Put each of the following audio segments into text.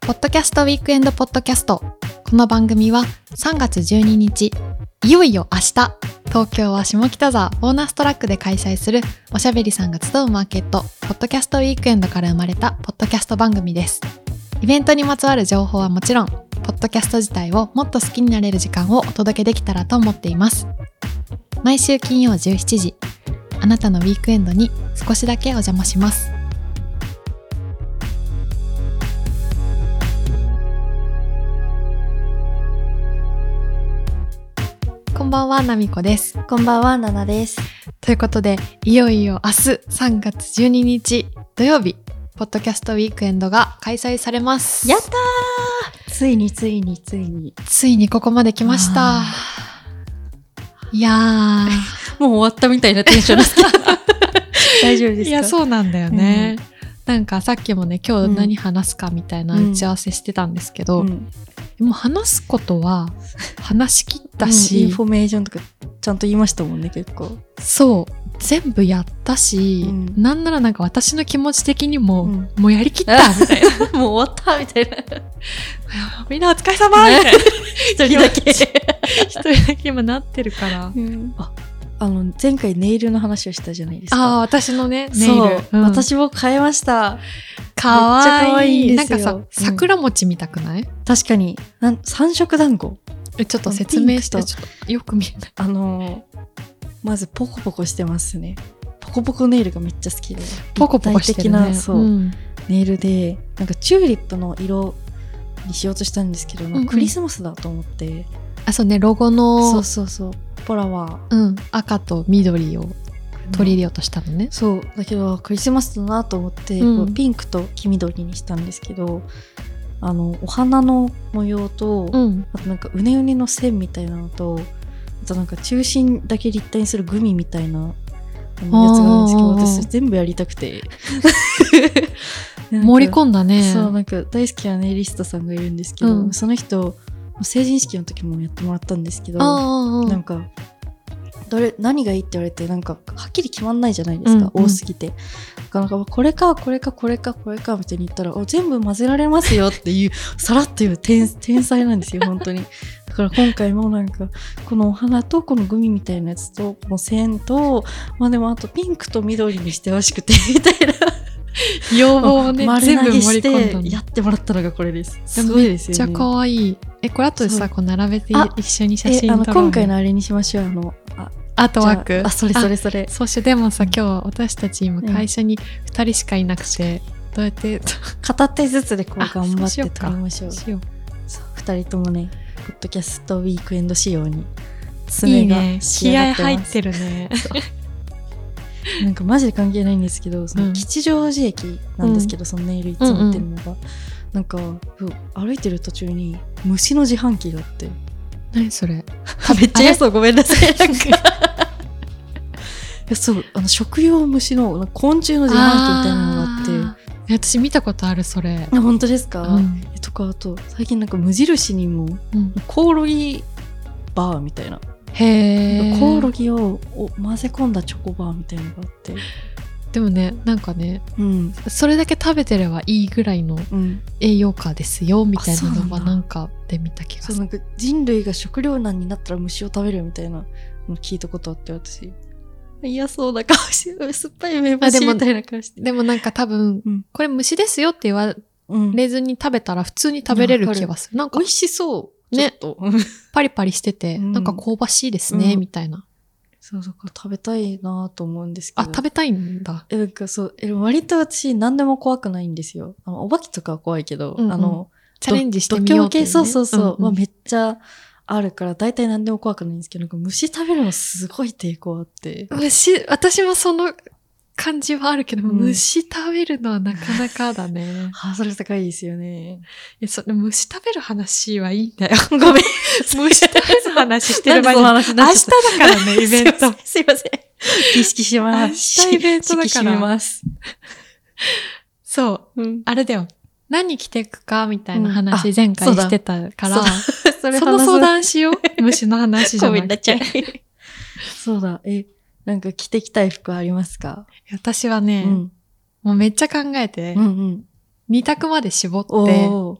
ポッドキャストウィークエンドポッドキャスト。この番組は3月12日、いよいよ明日、東京は下北沢ボーナストラックで開催するおしゃべりさんが集うマーケット、ポッドキャストウィークエンドから生まれたポッドキャスト番組です。イベントにまつわる情報はもちろん、ポッドキャスト自体をもっと好きになれる時間をお届けできたらと思っています。毎週金曜17時、あなたのウィークエンドに少しだけお邪魔します。こんばんは、なみこです。こんばんは、ナナです。ということで、いよいよ明日3月12日土曜日、ポッドキャストウィークエンドが開催されます。やったーついについについに。ついにここまで来ましたあ。いやもう終わったみたいなテンションですけど。 大丈夫でー。すかいや、そうなんだよね。なんかさっきもね、今う日ん何話すかみたいな打ち合わせしてたんですけど、うん。もう話すことは話し切ったうんインしフ、ォメーションとかちゃんと言いましたもんね、結構。そう、全部やったし、うんなんならなんか私の気持ち的にも、うんもうやりきったみたいな。もう終わったみたい な。みんなお疲れ様みたいな。一人だけ。一人だけ今なってるから。あ、あの、前回ネイルの話をしたじゃないですああ、 か。あ私のね、ネイル。そう、うん、私も変えました。かわいい。めっちゃ可愛いんですよなんかさ、桜餅見たくない、確かに、なん三色団子。えちょっと説明して、ピンクとちょっとよく見えない。あのー、まずポコポコしてますね。ポコポコネイルがめっちゃ好きで。ポコポコしてる立体ね。的な、そう。んネイルでなんかチューリップの色にしようとしたんですけど、まあうんうんクリスマスだと思ってあ、そうね、ロゴそのう、そうそうポラはうん、赤と緑を取り入れようとしたのね。そうだけどクリスマスだなと思って、うんこうピンクと黄緑にしたんですけどあのお花の模様と、うん。あとなんかうねうねの線みたいなのとあとなんか中心だけ立体にするグミみたいなあのやつがあるんですけどあー私全部やりたく て盛り込込んだね。そうなんか大好きなネイリストさんがいるんですけど、うんその人成人式の時もやってもらったんですけどなああ、んかどれ何がいいって言われてなんかはっきり決まんないじゃないですか、うんうん多すぎてだからなんかこれかこれかこれかこれかみたいに言ったらお全部混ぜられますよっていう さらっと言う天天才なんですよ本当にだから今回もなんかこのお花とこのグミみたいなやつとこの線とまあでもあとピンクと緑にしてほしくてみたいな要望をね、丸全投部げ盛しり込んだての。やってもらったのがこれです。ですもごいですめっよちね。ゃ可愛い。え、これ後でそさ、うこう並べてあ一緒に写え真撮ろあのうね。今回のあれにしましょうあのあアートワーじゃクああ。それそれそれ そうしようでもさうん今日は私たち今うん会社に2人しかいなくて、どうやって片手ずつでこうあ頑張っそうしよてうか撮りましょう。しようそう二人ともねポッドキャストウィークエンド仕様にいい爪がね仕気上が合入まっすてるねなんかマジで関係ないんですけど、そのうん吉祥寺駅なんですけど、そのネイルいつも行ってるのが、なんかうん歩いてる途中に虫の自販機があって。 何それあめっあれそうごめんなさい なんかいやそうあの食用虫のなんか昆虫の自販機みたいなのがあってって私見たことあるそれ、あ本当ですか、うんえとかあと最近なんか無印にもうんコオロギバーみたいな、へえコオロギをお混ぜ込んだチョコバーみたいなのがあってでもねなんかねうんそれだけ食べてればいいぐらいのうん栄養価ですよみたいなのあそうなはんだなんかで見た気がそすうるなんか人類が食糧難になったら虫を食べるみたいなの聞いたことあって私嫌そうな顔して酸っぱい目あで星もみたいな顔してでもなんか多分、うんこれ虫ですよって言わうんれずに食べたら普通に食べれる気がするなんか美味しそう。ねちょっと。 パリパリしてて、うんなんか香ばしいですね、うんみたいなそう、だから食べたいなと思うんですけあど。食べたいんだえ、なんかそう、え割と私何でも怖くないんですよ。あの、お化けとかは怖いけど、うんうんあの、チャレンジしてみよう度って胸い系、そうそうそう、んまあんめっちゃあるから、大体何でも怖くないんですけど、なんか虫食べるのすごい抵抗あって。虫私もその感じはあるけど、うん虫食べるのはなかなかだ ねハードル高いですよね。いやそれ虫食べる話はいいんだよごめん 虫食べる話してる場合なんにでその話に明 なっ日ちゃだっからねイベント すいません。すいません意識します。明日イベントだから意識します。そううん。あれだよ何着てくかみたいなう話んあ前回そうだしてたから、そうだそそれの話相そう 談しよう虫の話じゃなくてそうだ、え、なんか着てきたい服ありますか、私はね、うんもうめっちゃ考えて、うんうん。二択まで絞って、おー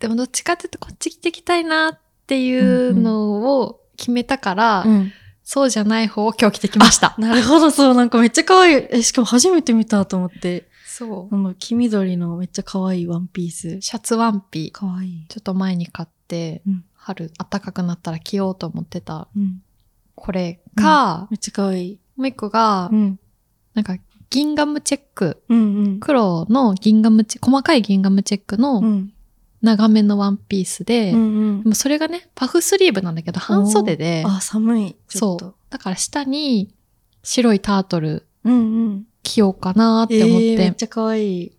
でもどっちかっていうとこっち着てきたいなっていうのを決めたから、うんそうじゃない方を今日着てきました。 なるほど、そう、なんかめっちゃ可愛い。え、しかも初めて見たと思って。そあの、黄緑のめっちゃ可愛いワンピースう。。シャツワンピ、可愛い。ちょっと前に買って、うん春暖かくなったら着ようと思ってたうん。これか、めっちゃ可愛い。もう一個が、うん。なんかギンガムチェック、うんうん。黒のギンガムチェ細かいギンガムチェックうのん。長めのワンピースで、うんうんで。もそれがね、パフスリーブなんだけど、半袖で、あ、寒い。ちょそっとう。。だから下に白いタートルうんうん。着ようかなって思っ、えーめってちゃ可愛い。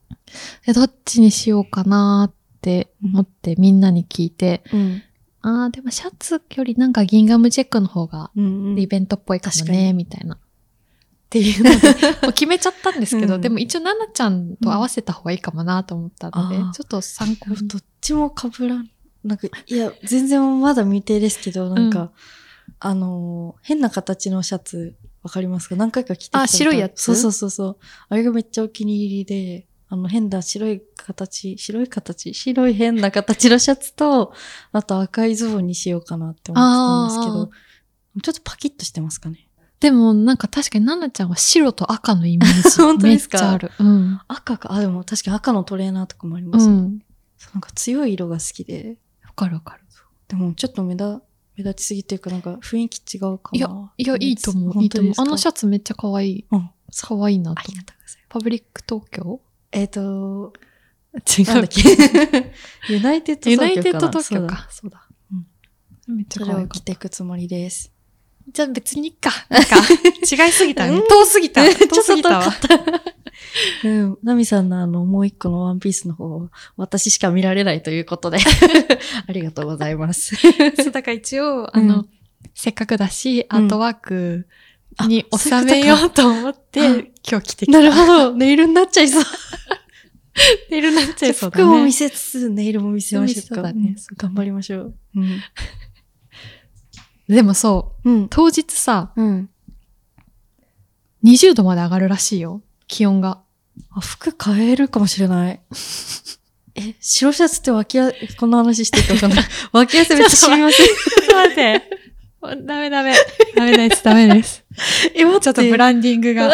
でどっちにしようかなって思ってみんなに聞いて、うん。あーでもシャツよりなんかギンガムチェックの方がうんうん。イベントっぽいかも確かにね、みたいな。っていうのでもう決めちゃったんですけど、 うんでも一応奈々ちゃんと合わせた方がいいかもなと思ったので、うんあーちょっと参考に。どっちも被らん。なんか、いや、全然まだ未定ですけど、なんか、うあのー変な形のシャツ、わかりますか何回か着てきあ白いやつそうそうそうそう。あれがめっちゃお気に入りで、あの、変な白い形、白い形、白い変な形のシャツと、あと赤いズボンにしようかなって思ってたんですけあーど、ちょっとパキッとしてますかね。でもなんか確かに奈々ちゃんは白と赤のイメージ。 本当ですかめっちゃある。うん。赤か、あ、でも確かに赤のトレーナーとかもありまうすね。ん。そうなんか強い色が好きで、わかるわかる。でもちょっと目立、目立ちすぎというかなんか雰囲気違うかも。いや、いいと思う。い本い当と思でうす。かあのシャツめっちゃ可愛い。うん可愛いなあとり思がう。とうございまパブリック東京す。えっ、と、違なんだっ けユナイテッドユナ東京かな。イテッド東そ京うだ。か。そうだ。めっちそゃれ可を愛か着ったていくつもりです。じゃあ別にいっか。なんか、違いすぎたねう。ん遠すぎた。ちょっと遠すぎたわ 遠。うん。ナミさんのあの、もう一個のワンピースの方は、私しか見られないということ で。ありがとうございます。 そうだから一応、うあんの、せっかくだし、うアんートワークにあ収めよそうと思ってあ、今日着てきた。なるほど。ネイルになっちゃいそう。ネイルになっちゃいそうだね。服も見せつつ、ネイルも見せまし見ょうか。せそうだねん頑張りましょう。うん。でもそう、うん。当日さ、うん。 20度まで上がるらしいよ。気温が。あ、服変えるかもしれない。え、白シャツって脇汗、こんな話していいかわ かんない。脇汗めっちゃ染みません。ちょっと待 って。ダメダメ。ダメです、ダメです。え、待って。ちょっとブランディング が。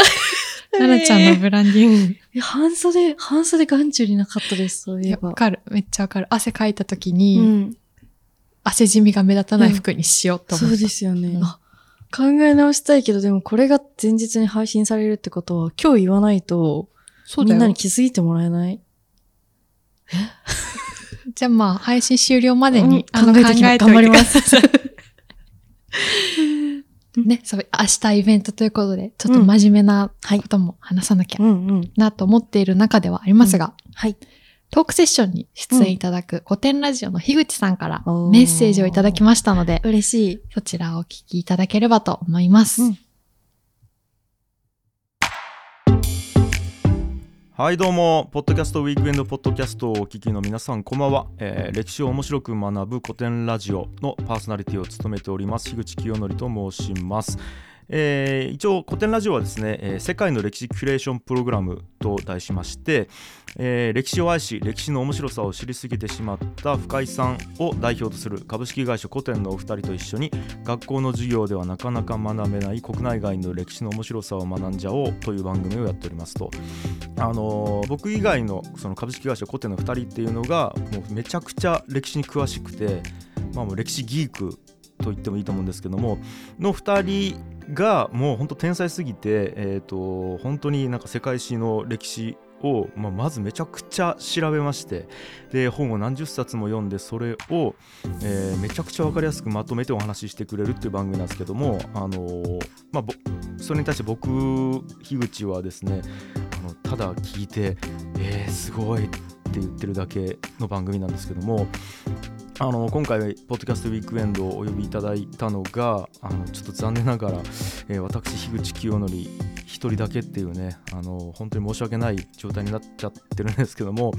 ななちゃんのブランディング。え半袖、半袖眼中になかったです、そういいえや、ば。わかる。めっちゃわかる。汗かいた時うに、ん。汗染みが目立たない服にしようとそ思っうて。ですよね、うんあ考え直したいけど、でもこれが前日に配信されるってことは、今日言わないと、そうみんだなよに。気づいてもらえない。じゃあまあ、配信終了までに、うんあの考えてきますおい頑張りまください ね、そう、明日イベントということで、ちょっと真面目なことも話さなきゃうんうん。なと思っている中ではありますが、はい。トークセッションに出演いただく古典ラジオの樋口さんからおーメッセージをいただきましたので、嬉しい。そちらをお聞きいただければと思います。うんはいどうもポッドキャストウィークエンドポッドキャストをお聞きの皆さんこんばんは、えー歴史を面白く学ぶ古典ラジオのパーソナリティを務めております樋口清則と申しますえー一応古典ラジオはですね、えー世界の歴史キュレーションプログラムと題しまして、えー歴史を愛し歴史の面白さを知りすぎてしまった深井さんを代表とする株式会社古典のお二人と一緒に学校の授業ではなかなか学べない国内外の歴史の面白さを学んじゃおうという番組をやっておりますとあのー僕以外のその株式会社コテの2人っていうのがもうめちゃくちゃ歴史に詳しくて、まあ、もう歴史ギークと言ってもいいと思うんですけどもの2人がもう本当天才すぎて、えー、と本当になんか世界史の歴史を、まあ、まずめちゃくちゃ調べましてで本を何十冊も読んでそれを、えーめちゃくちゃ分かりやすくまとめてお話ししてくれるっていう番組なんですけども、あのーまあ、ぼそれに対して僕樋口はですねあのただ聞いて「えー、すごい」って言ってるだけの番組なんですけどもあの今回ポッドキャストウィークエンドをお呼びいただいたのがあのちょっと残念ながら、えー私樋口清則一人だけっていうねあの本当に申し訳ない状態になっちゃってるんですけども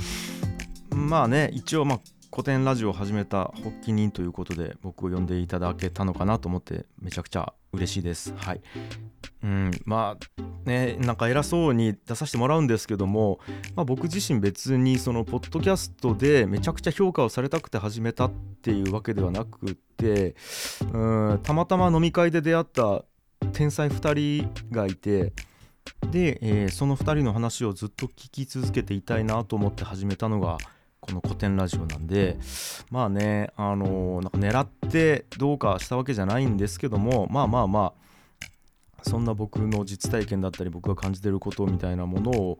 まあね一応まあ古典ラジオを始めた発起人ということで僕を呼んでいただけたのかなと思ってめちゃくちゃ嬉しいです。はい、うん、まあねなんか偉そうに出させてもらうんですけども、まあ、僕自身別にそのポッドキャストでめちゃくちゃ評価をされたくて始めたっていうわけではなくてうんたまたま飲み会で出会った天才2人がいてで、えーその2人の話をずっと聞き続けていたいなと思って始めたのがこの古典ラジオなんでまあねあのーなんか狙ってどうかしたわけじゃないんですけどもまあまあまあそんな僕の実体験だったり僕が感じてることみたいなものを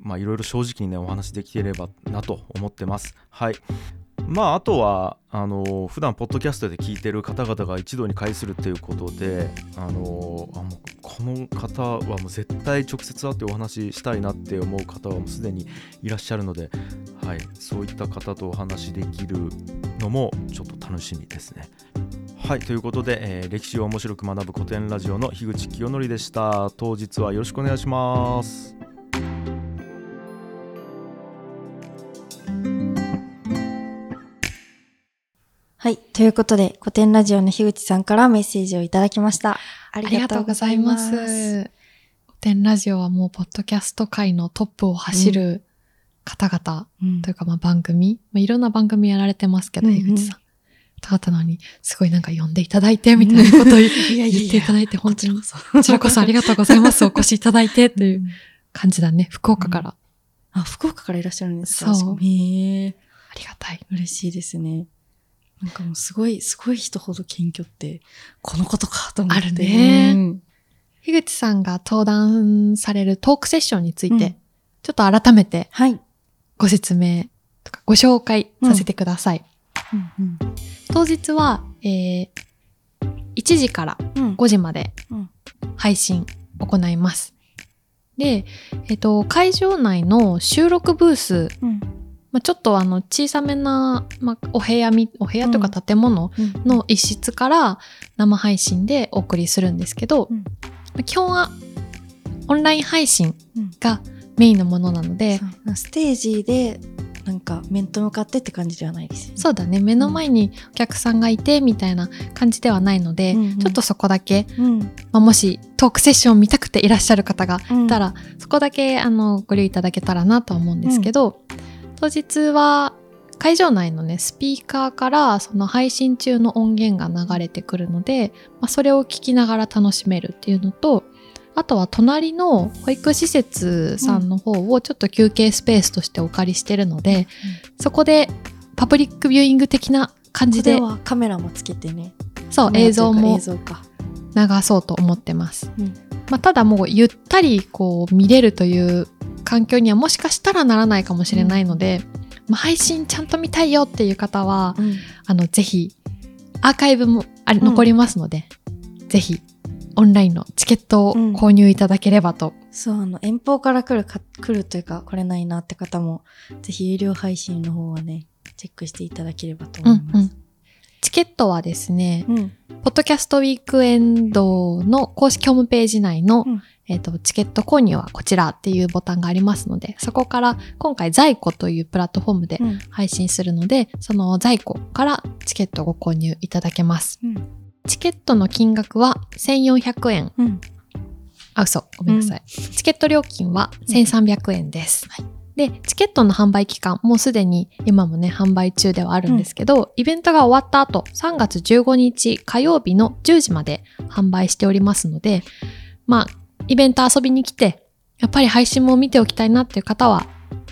まあいろいろ正直にねお話しできていればなと思ってますはいまああとはあのー普段ポッドキャストで聞いてる方々が一堂に会するっていうことであのーあもうこの方はもう絶対直接会ってお話ししたいなって思う方はもうすでにいらっしゃるのではいそういった方とお話しできるのもちょっと楽しみですねはいということで、えー歴史を面白く学ぶ古典ラジオの樋口清則でした当日はよろしくお願いしますはい。ということで、古典ラジオの樋口さんからメッセージをいただきました。あありがとうございま。す。古典ラジオはもう、ポッドキャスト界のトップを走る方々、うんというか、まあ番組、まあ、いろんな番組やられてますけど、うんうん江口さん。方々なのに、すごいなんか呼んでいただいて、 みたいなことを言いやいや言ってい ただいて、本当に、こそ。ちらこ そありがとうございます。お越しいただいて、という感じだね。福岡から。あ、福岡からいらっしゃるんですかそうへーありがたい。嬉しいですね。なんかもうすごい、すごい人ほど謙虚って、このことかと思って。あるねうん樋口さんが登壇されるトークセッションについて、うんちょっと改めてはい。ご説明とかご紹介させてください。うん当日は、えー1時からうん5時までうん配信行います。で、えっと、会場内の収録ブース、うんまあ、ちょっとあの小さめな、まあ、お部屋み、お部屋というか建物うんの一室から生配信でお送りするんですけど、うんまあ基本はオンライン配信うんがメインのものなので、そうステージで、なんか面と向かってって感じではないですよね。そうだね、目の前にお客さんがいてみたいな感じではないので、うんうんちょっとそこだけうん。まあ、もしトークセッションを見たくていらっしゃる方がうんいたら、そこだけあのご利用いただけたらなと思うんですけど、当日は会場内のねスピーカーからその配信中の音源が流れてくるので、まあ、それを聞きながら楽しめるっていうのとあとは隣の保育施設さんの方をちょっと休憩スペースとしてお借りしてるので、そこでパブリックビューイング的な感こじでではカメラもつけてね。そうカメラ映像というかも映像か。流そうと思ってます、うんまあ、ただもうゆったりこう見れるという環境にはもしかしたらならないかもしれないので、まあ、配信ちゃんと見たいよっていう方はうんあのぜひアーカイブもあれうん残りますので、ぜひオンラインのチケットを購入いただければと、そう、あの、遠方から来るか、来るというか、来れないなって方も、ぜひ有料配信の方はね、チェックしていただければとうん思いまうすん。チケットはですね、うん。ポッドキャストウィークエンドの公式ホームページ内の、うんえっとチケット購入はこちらっていうボタンがありますので、そこから今回在庫というプラットフォームでうん。配信するので、その在庫からチケットをご購入いただけます。うん。チケットの金額は1400円。うん。あ、嘘。ごめんなさい。チケット料金は1300円です。で、チケットの販売期間、もうすでに今もね、販売中ではあるんですけど、イベントが終わった後、3月15日火曜日の10時まで販売しておりますので、まあ、イベント遊びに来て、やっぱり配信も見ておきたいなっていう方は、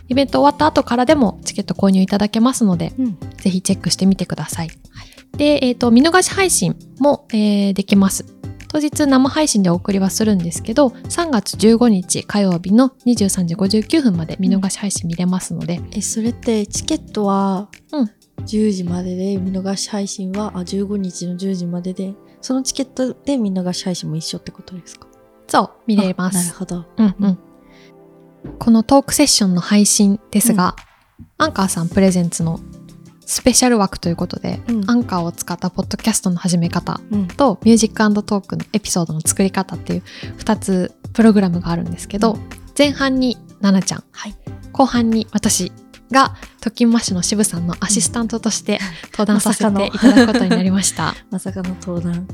イベント終わった後からでもチケット購入いただけますので、うん。ぜひチェックしてみてください。で、えっ、と、見逃し配信も、えーできます。当日生配信でお送りはするんですけど、3月15日火曜日の23時59分まで見逃し配信見れますので、え、それって、チケットは、うん10時までで、見逃し配信は、あ、15日の10時までで、そのチケットで見逃し配信も一緒ってことですかそう、見れまあなるす。ほど。うんうん。このトークセッションの配信ですが、アンカーさんプレゼンツのスペシャル枠ということで、うんアンカーを使ったポッドキャストの始め方うん。とミュージックトークのエピソードの作り方っていう2つプログラムがあるんですけど、うん前半に奈々ちゃん、はい後半に私が特訓マッシュの渋さんのアシスタントとして登壇させていただくことになりました。まさかの登壇。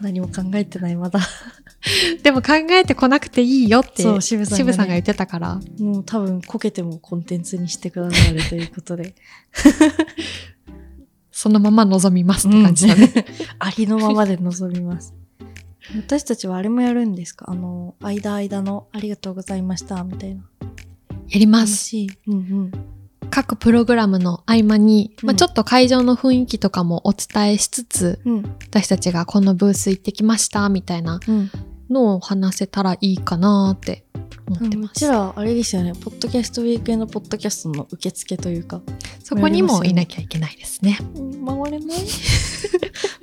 何も考えてない、まだ。 でも考えてこなくていいよってそう渋さんがね渋さんが言ってたからもう多分こけてもコンテンツにしてくださるということでそのまま望みますって感じだね、うんありのままで臨みます私たちはあれもやるんですかあの間間の「ありがとうございました」みたいなやりますし、うん各プログラムの合間に、まあ、うんちょっと会場の雰囲気とかもお伝えしつつ、うんうん私たちがこのブース行ってきましたみたいなうんのを話せたらいいかなって思ってうまちす、らあれですよねポッドキャストウィークエンドポッドキャストの受付というかそこにもいなきゃいけないですね回れない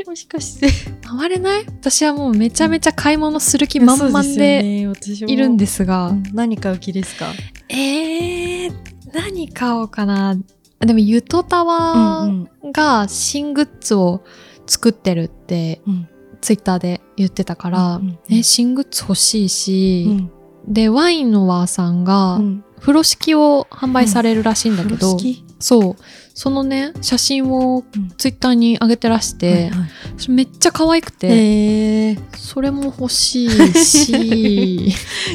もしかして回れない私はもうめちゃめちゃ買い物する気満々でいるんですすがよね私もうん何買う気ですかえー、何買おうかなでもゆとたうわんが新グッズを作ってるってうんツイッターで言ってたから、うんね、新グッズ欲しいし、うんでワインのワーさんがうん風呂敷を販売されるらしいんだけ風ど、呂敷そうそのね写真をうんツイッターに上げてらして、はいはいそれめっちゃ可愛くて、えー、それも欲しい し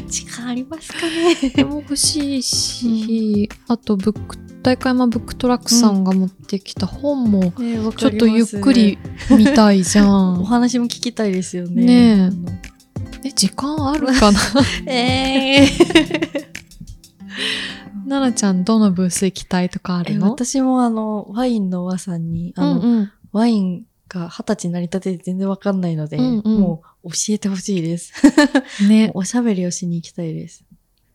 力ありますかねそれも欲しいし、あとブック大会山ブックトラックさんが持ってきた本もちょっとゆっくり見たいじゃおん。話も聞きたいですよねね え時間あるかな え 奈々ちゃんどのブース行きたいとかあるえの私もあのワインの和さんにあの、うんうん、ワインが二十歳になりたてで全然わかんないので、うんうんもう教えてほし いです。ねおしゃべりをしに行きたいです。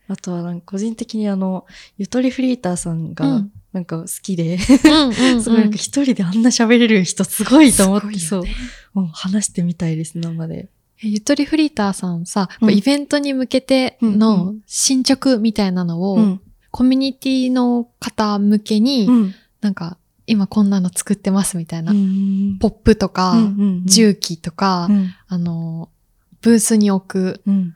あとはなんか個人的にあの、ゆとりフリーターさんうがんなんか好きで、うんうんうん すごいなんか一人であんな喋れる人すごいと思って、すそご ういよね。もう話してみたいです、生で。えゆとりフリーターさんさ、うんイベントに向けてうんうの進捗みたいなのを、うん。コミュニティの方向けに、うん。なんか、今こんなの作ってますみたいな、うんポップとか、うんうんうん重機とか、うんあの、ブースに置く、うん。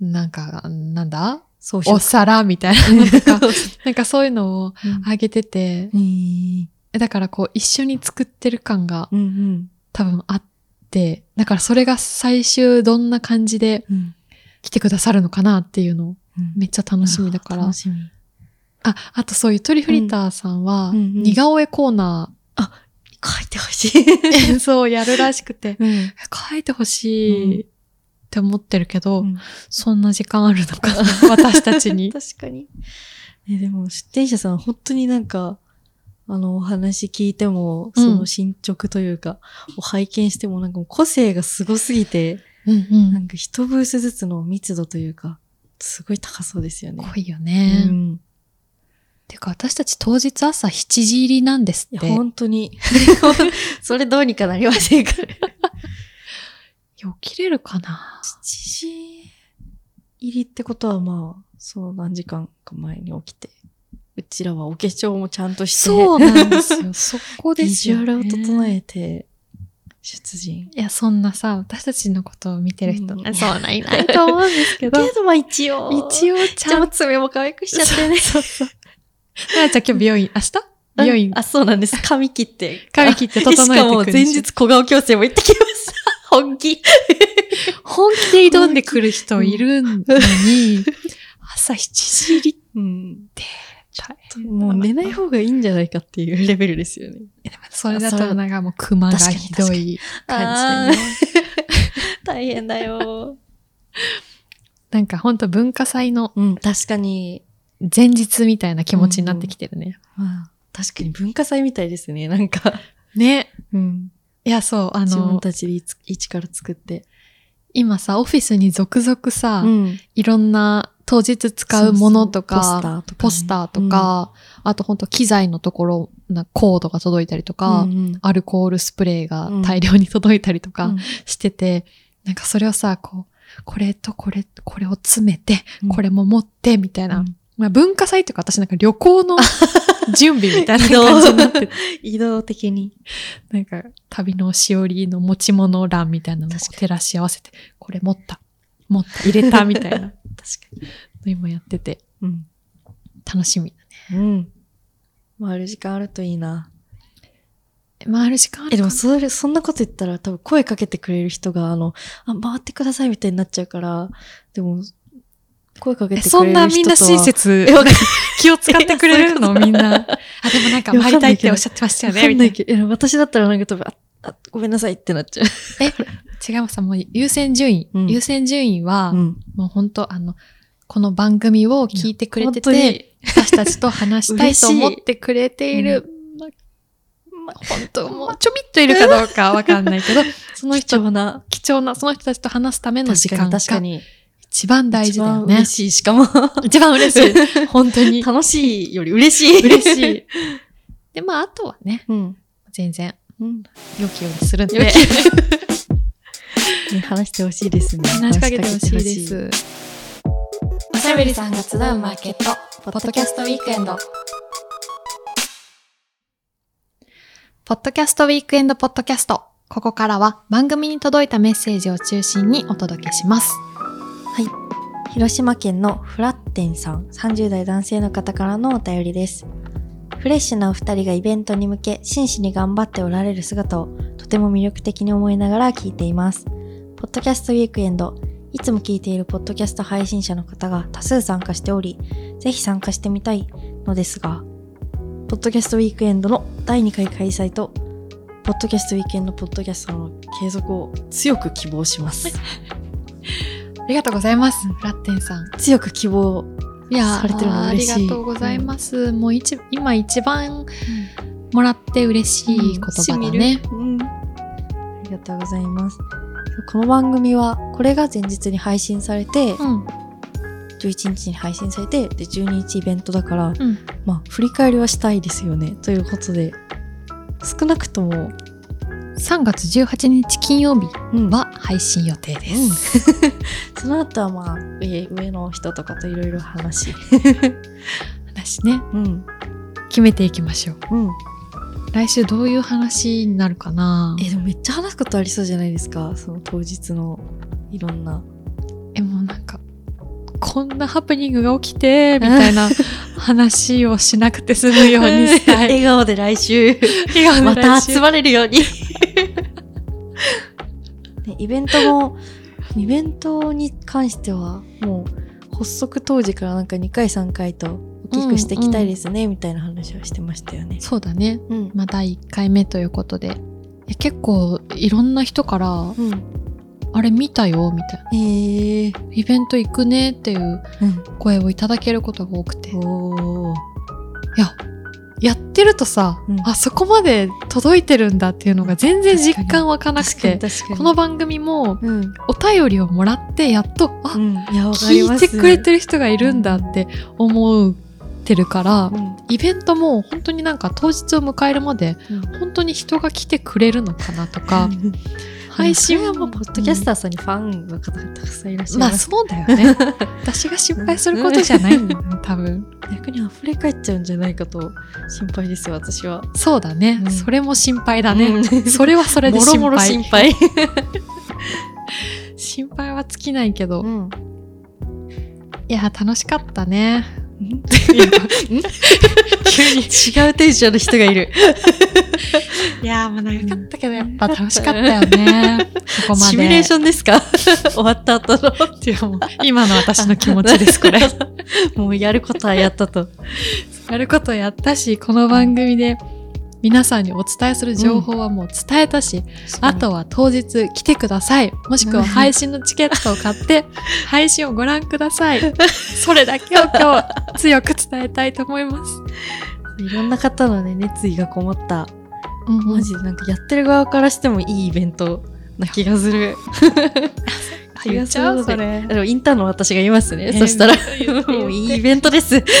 なんか、なんだそうしよおう。皿みたいなのと か、なんかそういうのをうんあげてて、うんだからこう、一緒に作ってる感がうん多分あって、だからそれが最終どんな感じでうん来てくださるのかなっていうのをめっちゃ楽しみだから。楽しみ。あ、あとそういうトリフリーターさんは、うんうんうん似顔絵コーナ書いてほしい。ー 演奏をやるらしくて、うん書いてほしいって思ってるけど、うんそんな時間あるのか な私たちに。 確かに。え、でも出店者さん本当になんか、あの、お話聞いても、うんその進捗というか、を拝見してもなんかもう個性がすごすぎて、うんう。なんんか一ブースずつの密度というか、すごい高そうですよね。濃いよね。うん。てか私たち当日朝7時入りなんですいっや、て。本当に。 それどうにかなりませんか ?7 いや起きれるかな時入りってことはまあ、そう何時間か前に起きて、うちらはお化粧もちゃんとして、そうなんです よ。そこでビすジよ、ュアね。ルを整えて、出陣。いや、そんなさ、私たちのことを見てる人、 うん そうないないと思うんですけど、けどまあ一応。一応ちじゃゃあんもとう爪も可愛くしちゃってね。そうそう。ななちゃん今日美容院、明日美容院あ、そうなんです。髪切って。髪切って整えていくんでししょかも前日小顔矯正も行ってきました。 本気。本気で挑んでくる人いる のに、朝7時入りうん。大変だなもう寝ない方がいいんじゃないかっていうレベルですよね。でもそれだとなんかもう熊がひどい感じでね。 大変だよ。なんかほんと文化祭のうん、確かに。前日みたいな気持ちになってきてるね。まあ、確かに文化祭みたいですね、なんか。ね。うん。いや、そう、あ自分の、たちで一一から作って。今さ、オフィスに続々さ、ん。いろんな当日使うものとか、そうそうポポススターターとかねとか、あとほんと機材のところ、なコードが届いたりとか、うんうんアルコールスプレーが大量に届いたりとか、うんしてて、なんかそれをさ、こう、これとこれ、これを詰めて、うんこれも持って、みたいな。うんまあ文化祭っていうか私なんか旅行 の準備みたいな移動感じになってて、 移動的に。なんか旅のしおりの持ち物欄みたいなのを確か照らし合わせて、これ持った、持った、入れた、みたいな の確かに。今やっててうん。楽しみ。うん。回る時間あるといいな。回る時間あるかえ、でもそれ、そんなこと言ったら多分声かけてくれる人が、あの、あ、回ってくださいみたいになっちゃうから、でも、声かけえてくれる人とそはんなみんな親切え、わ かんない気を使ってくれるの いやみんな。あ、でもなんかいや回わかりんなたいいってけどおっしゃってましたよわね。かみんたないいけど、え私だったらなんか多分、あ、あごめんなさいってなっちゃう。な違います。もう優先順位。うん優先順位は、ん。もう本当あの、この番組を聞いてくれて本当て、に私たちと話したいと思ってくれている嬉、ま本当もうちょびっといるかどうかわかんないけど、 その人はな、貴重な、その人たちと話すための時確か間にが確かに。一番大事だよ一番ね嬉。しい、しかも。一番嬉し い。本当に。楽しいより嬉 しい。嬉しい。で、まあ、あとはね、うん。全然、うん。良きようにするんで良、ね話してほしいですね。話しかけてほしいです。おしゃべりさんが集うマーケット、ポポッドキャストウィークエンド。ポッドキャストウィークエンドポッドキャスト。ここからは番組に届いたメッセージを中心にお届けします。広島県のフラッテンさん30代男性の方からのお便りですフレッシュなお二人がイベントに向け真摯に頑張っておられる姿をとても魅力的に思いながら聞いていますポッドキャストウィークエンドいつも聞いているポッドキャスト配信者の方が多数参加しておりぜひ参加してみたいのですがポッドキャストウィークエンドの第2回開催とポッドキャストウィークエンドポッドキャストの継続を強く希望しますありがとうございます、フラッテンさん。強く希望いやーされてるの嬉しいありがとうございます。もう一今一番もらって嬉しい言葉だね。うん。ありがとうございます。この番組は、これが前日に配信されて、うん、 11日に配信されて、で、12日イベントだから、うんまあ、振り返りはしたいですよね。ということで、少なくとも、 3月18日金曜日うんは配信予定です。その後はまあ、上上の人とかといろいろ 話。話ね、うん。決めていきましょう。うん。来週どういう話になるかなえ、でもめっちゃ話すことありそうじゃないですか。その当日の、いろんな。え、もうなんか、こんなハプニングが起き て、みたいな話をしなくて済むようにしたい。 笑顔で来週。ままたた集集ままれるように。イベントも、イベントに関しては、もう、発足当時からなんか2回3回と大きくしていきたいですね、みたいな話はしてましたよね。そうだね。うん。まあ、第1回目ということで。え結構いろんな人からうん。 「あれ見たよ」みたいなええ「イベント行くね」っていううん。声をいただけることが多くておーやってるとさ、うんあそこまで届いてるんだっていうのが全然実感湧かなくて確かに。この番組もうん。お便りをもらってやっとあ、うん。いや、わかり聞まいす。てくれてる人がいるんだって思ってるからうん。イベントも本当になんか当日を迎えるまでうん本当に人が来てくれるのかなとか配配信信はもう、ポッドキャスタターさんにファンの方がたくさんいらっしゃいままあす。そうだよ ね私が心配することじゃないんだよね多分逆に溢れ返っちゃうんじゃないかと心配ですよ、私は。そうだね、うんそれも心配だね、うんそれはそれで も心ろ配もろ心配。心配は尽きないけど、ういん。や楽しかったね 急に違うテンションの人がいる。いやもう長かったけどやっぱ楽しかったよ ねここまでシミュレーションですか 終わった後の。っていうもう今の私の気持ちです これ。もうやることはやったと。やることやったしこの番組で皆さんにお伝えする情報はもう伝えたし、あとは当日来てくださいもしくは配信のチケットを買って 配信をご覧くださいそれだけを今日強く伝えたいと思います、いろんな方のね、熱意がこもった。うんマジでなんかやってる側からしてもいいイベントな気がする。言っちゃうそれでもインターンの私がいますね。えーそしたら言って言っ、てもういいイベントです。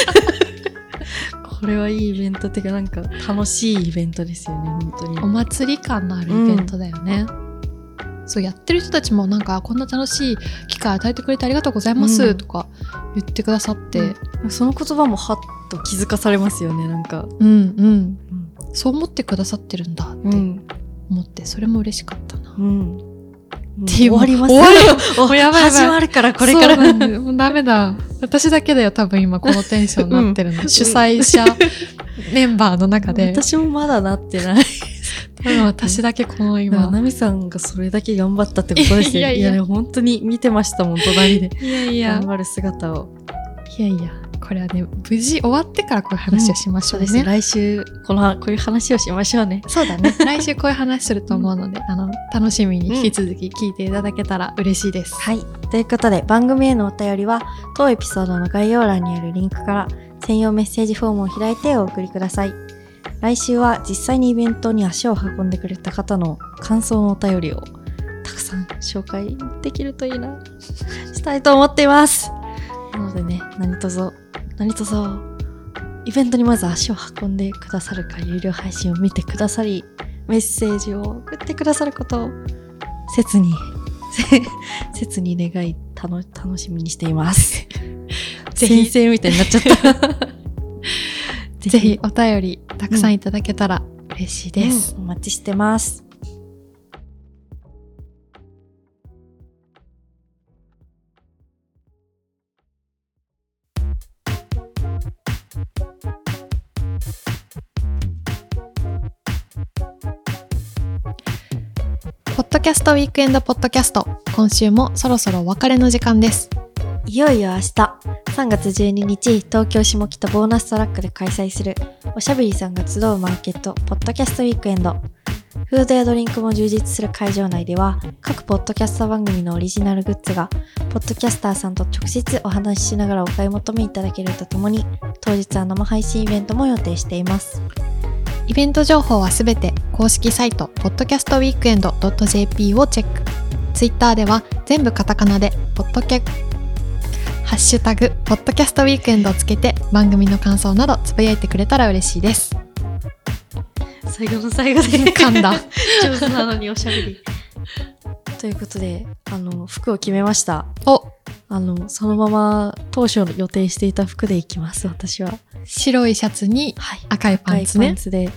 これはいいイベントっていうか、なんか楽しいイベントですよね、本当に。お祭り感のあるイベントだよね、そうやってる人たちもなんかこんな楽しい機会与えてくれてありがとうございます、うんとか言ってくださって、その言葉もはっと気づかされますよね、なんか。うんうん、そう思ってくださってるんだってうん。思ってそれも嬉しかったな、うん。ていう終わります終わる よ。もうやばいやばい始まるから、これから。そうなんだよもうダメだ私だけだよ多分今このテンションに なってるの、主催者メンバーの中で私もまだなってない。多分私だけこのでも今。ナミさんがそれだけ頑張ったってことですね。いいややいいやや、本当に見てましたもん、隣で。いやいや頑、張る姿を。いやいや、これはね、無事終わってからこういう話をしましそょううね。ですね。来週、この、こういう話をしましょうね。そうだね。来週こういう話すると思うので、あの、楽しみに引き続き聞いていただけたら嬉しいです。はい。ということで、番組へのお便りは、当エピソードの概要欄にあるリンクから、専用メッセージフォームを開いてお送りください。来週は実際にイベントに足を運んでくれた方の感想のお便りをたくさん紹介できるといいな、したいと思っています。なのでね、何卒何卒イベントにまず足を運んでくださるか、有料配信を見てくださり、メッセージを送ってくださることを、切に、 せ切に願い、たの楽しみにしてい ます。ぜひ先生みたいになっちゃ った。ぜひお便りたくさんいただけたら嬉しいで。ですす、お待ちしてます。ポッドキャストウィークエンドポッドキャスト、今週もそろそろお別れの時間です。いよいよ明日3月12日東京下北ボーナストラックで開催するおしゃべりさんが集うマーケットポッドキャストウィークエンドフードやドリンクも充実する会場内では各ポッドキャスター番組のオリジナルグッズがポッドキャスターさんと直接お話ししながらお買い求めいただけるとともに当日は生配信イベントも予定していますイベント情報はすべて公式サイト podcastweekend.jp をチェック。ツイッターでは全部カタカナでポッドキャハッシュタグポッドキャストウィークエンドをつけて番組の感想などつぶやいてくれたら嬉しいです。最後の最後で 噛んだ。上手なのにおしゃべりということであの服を決めましたお、あの、そのまま当初予定していた服で行きます、私は。白いシャツにはい。赤いパンツ赤いパねン。ツで、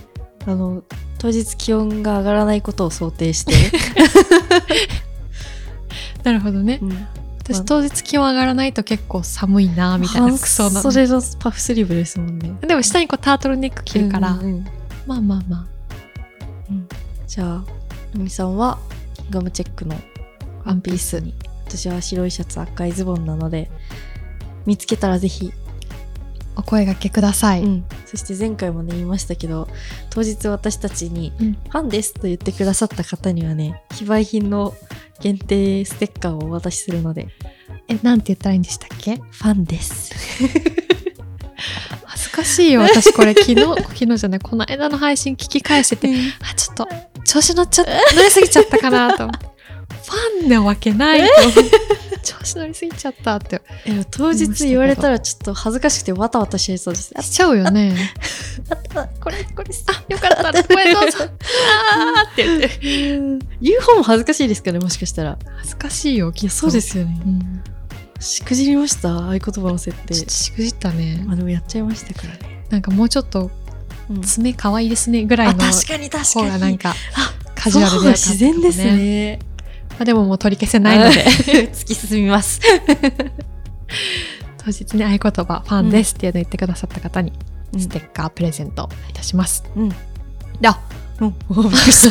あの、当日気温が上がらないことを想定 して、なるほどね。うんま私あ当日気温上がらないと結構寒いなみたいな半服装なの。袖のパフスリーブですもんね。でも下にこうタートルネック着るから、うんうんうんまあまあまじゃあ、のみさんは、ガムチェックのあ、ワンピース。に、私は白いシャツ、赤いズボンなので、見つけたらぜひ、お声掛けください。うん、そして前回もね言いましたけど当日私たちにうん「ファンです」と言ってくださった方にはね非売品の限定ステッカーをお渡しするのでえ、なんて言ったらいいんでしたっけ「ファンです恥ずかしいよ、私これ昨日、 昨日じゃない、この間の配信聞き返して」 て、あ、ちょっと、調子乗っちゃ、乗りすぎちゃったかなと思 って。ファンなわけないと思って調子乗りすぎちゃったって。でも当日言われたらちょっと恥ずかしくてわたわたしちゃいそうです。しちゃうよね。あこれこれあ、よかったら、これどうぞ。 あーって言って。 言う方も恥ずかしいですかねもしかしたら。恥ずかしいよ、きっとそうで。すよね。うん。しくじりました合言葉の設定ちょっ。としくじったね。まあでもやっちゃいましたからね。なんかもうちょっと、うん爪可愛いですねぐらいあの確かに確方がなかんに。かあ、カジュアルでそよかったかうもね自然ですね。まあ、でももう取り消せない ので、 突き進みます。当日ね、合言葉、ファンですっていうの言ってくださった方に、うんステッカープレゼントいたします。うんであうん、びっくりし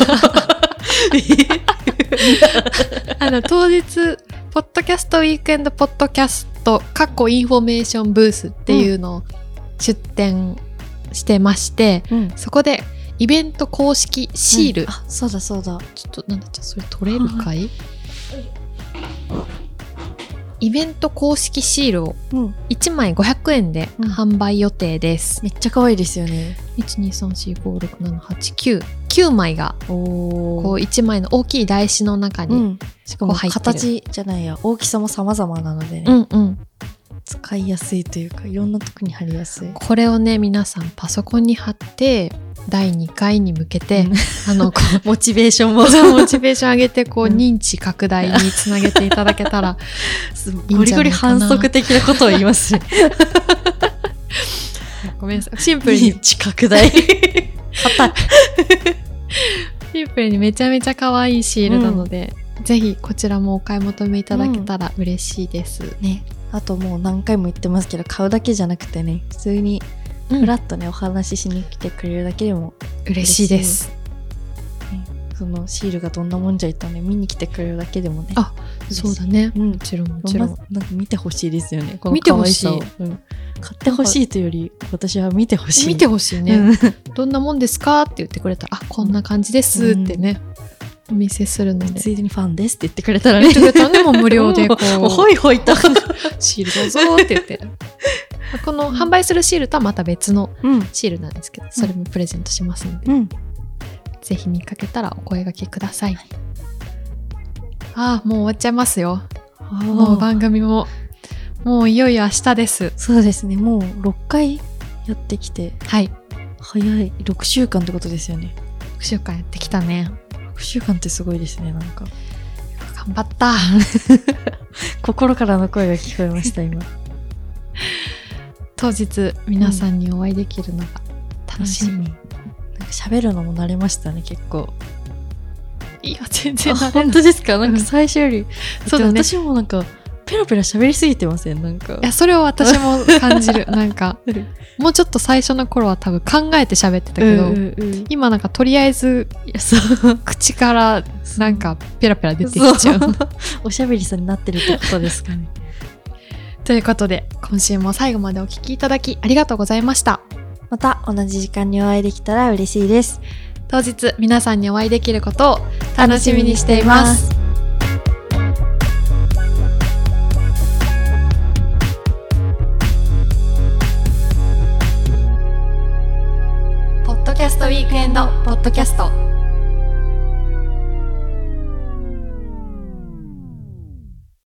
た。あの、当日、ポッドキャストウィークエンドポッドキャスト、カッコインフォメーションブースっていうのを出展してまして、うん、そこで、イベント公式シール、あ、そうだそうだ。ちょっとなんだっけそれ取れるかいイベント公式シールをうん、 1枚500円でうん販売予定です。めっちゃ可愛いですよね。 123456789 9枚がこおう1枚の大きい台紙の中うに、ん、しかもこう入ってる形じゃないや、大きさも様々なのでね、うんうん使いやすいというか、いろんなとこに貼りやすい。これをね皆さんパソコンに貼って第2回に向けて、うんあのこう モチベーションも モチベーション上げてこう、うん認知拡大につなげていただけたらゴリゴリ反則的なことを 言いますね。 ごめんなさいシンプルに認知拡大。シンプルにめちゃめちゃ可愛いシールなので、ぜひこちらもお買い求めいただけたら嬉しいです。ね、 あともう何回も言ってますけど、買うだけじゃなくてね、普通にうんフラッとね、お話ししに来てくれるだけでも嬉しいです。そのシールがどんなもんじゃいったので見に来てくれるだけでもねあそうだねうんもちろんももちちろろんんなんか見てほしいですよねこの見てほしい可愛さをうん買ってほしいというより私は見てほしい見てほしいね、うんどんなもんですかって言ってくれたらあこんな感じですってね、お見せするので ついでにファンですって言ってくれたら言ねってくれたのでも 無料でこも ううほいほいと、シールどうぞって言って この販売するシールとはまた別のうんシールなんですけどそれもプレゼントしますので、うん、ぜひ見かけたらお声がけください、ああもう終わっちゃいますよもう番組ももういよいよ明日ですそうですねもう6回やってきてはい早い6週間ってことですよね6週間やってきたね6週間ってすごいですねなんか頑張った 心からの声が聞こえました 今当日皆さんにお会いできるのが楽しみ、なんか喋るのも慣れましたね結構いや全然あ慣れ本ない当ですかなんか最初より、そうだねでも私もなんかペラペラ喋りすぎてませんなんかいやそれを私も感じる なんかうんもうちょっと最初の頃は多分考えて喋ってたけど、うんうんうん今なんかとりあえずいやそう口からなんかペラペラ出てきちゃうそ おしゃべりさんになってるってことですかね ということで今週も最後までお聞きいただきありがとうございました また同じ時間にお会いできたら嬉しいです当日皆さんにお会いできることを楽しみにしていますポッドキャストウィークエンドポッドキャスト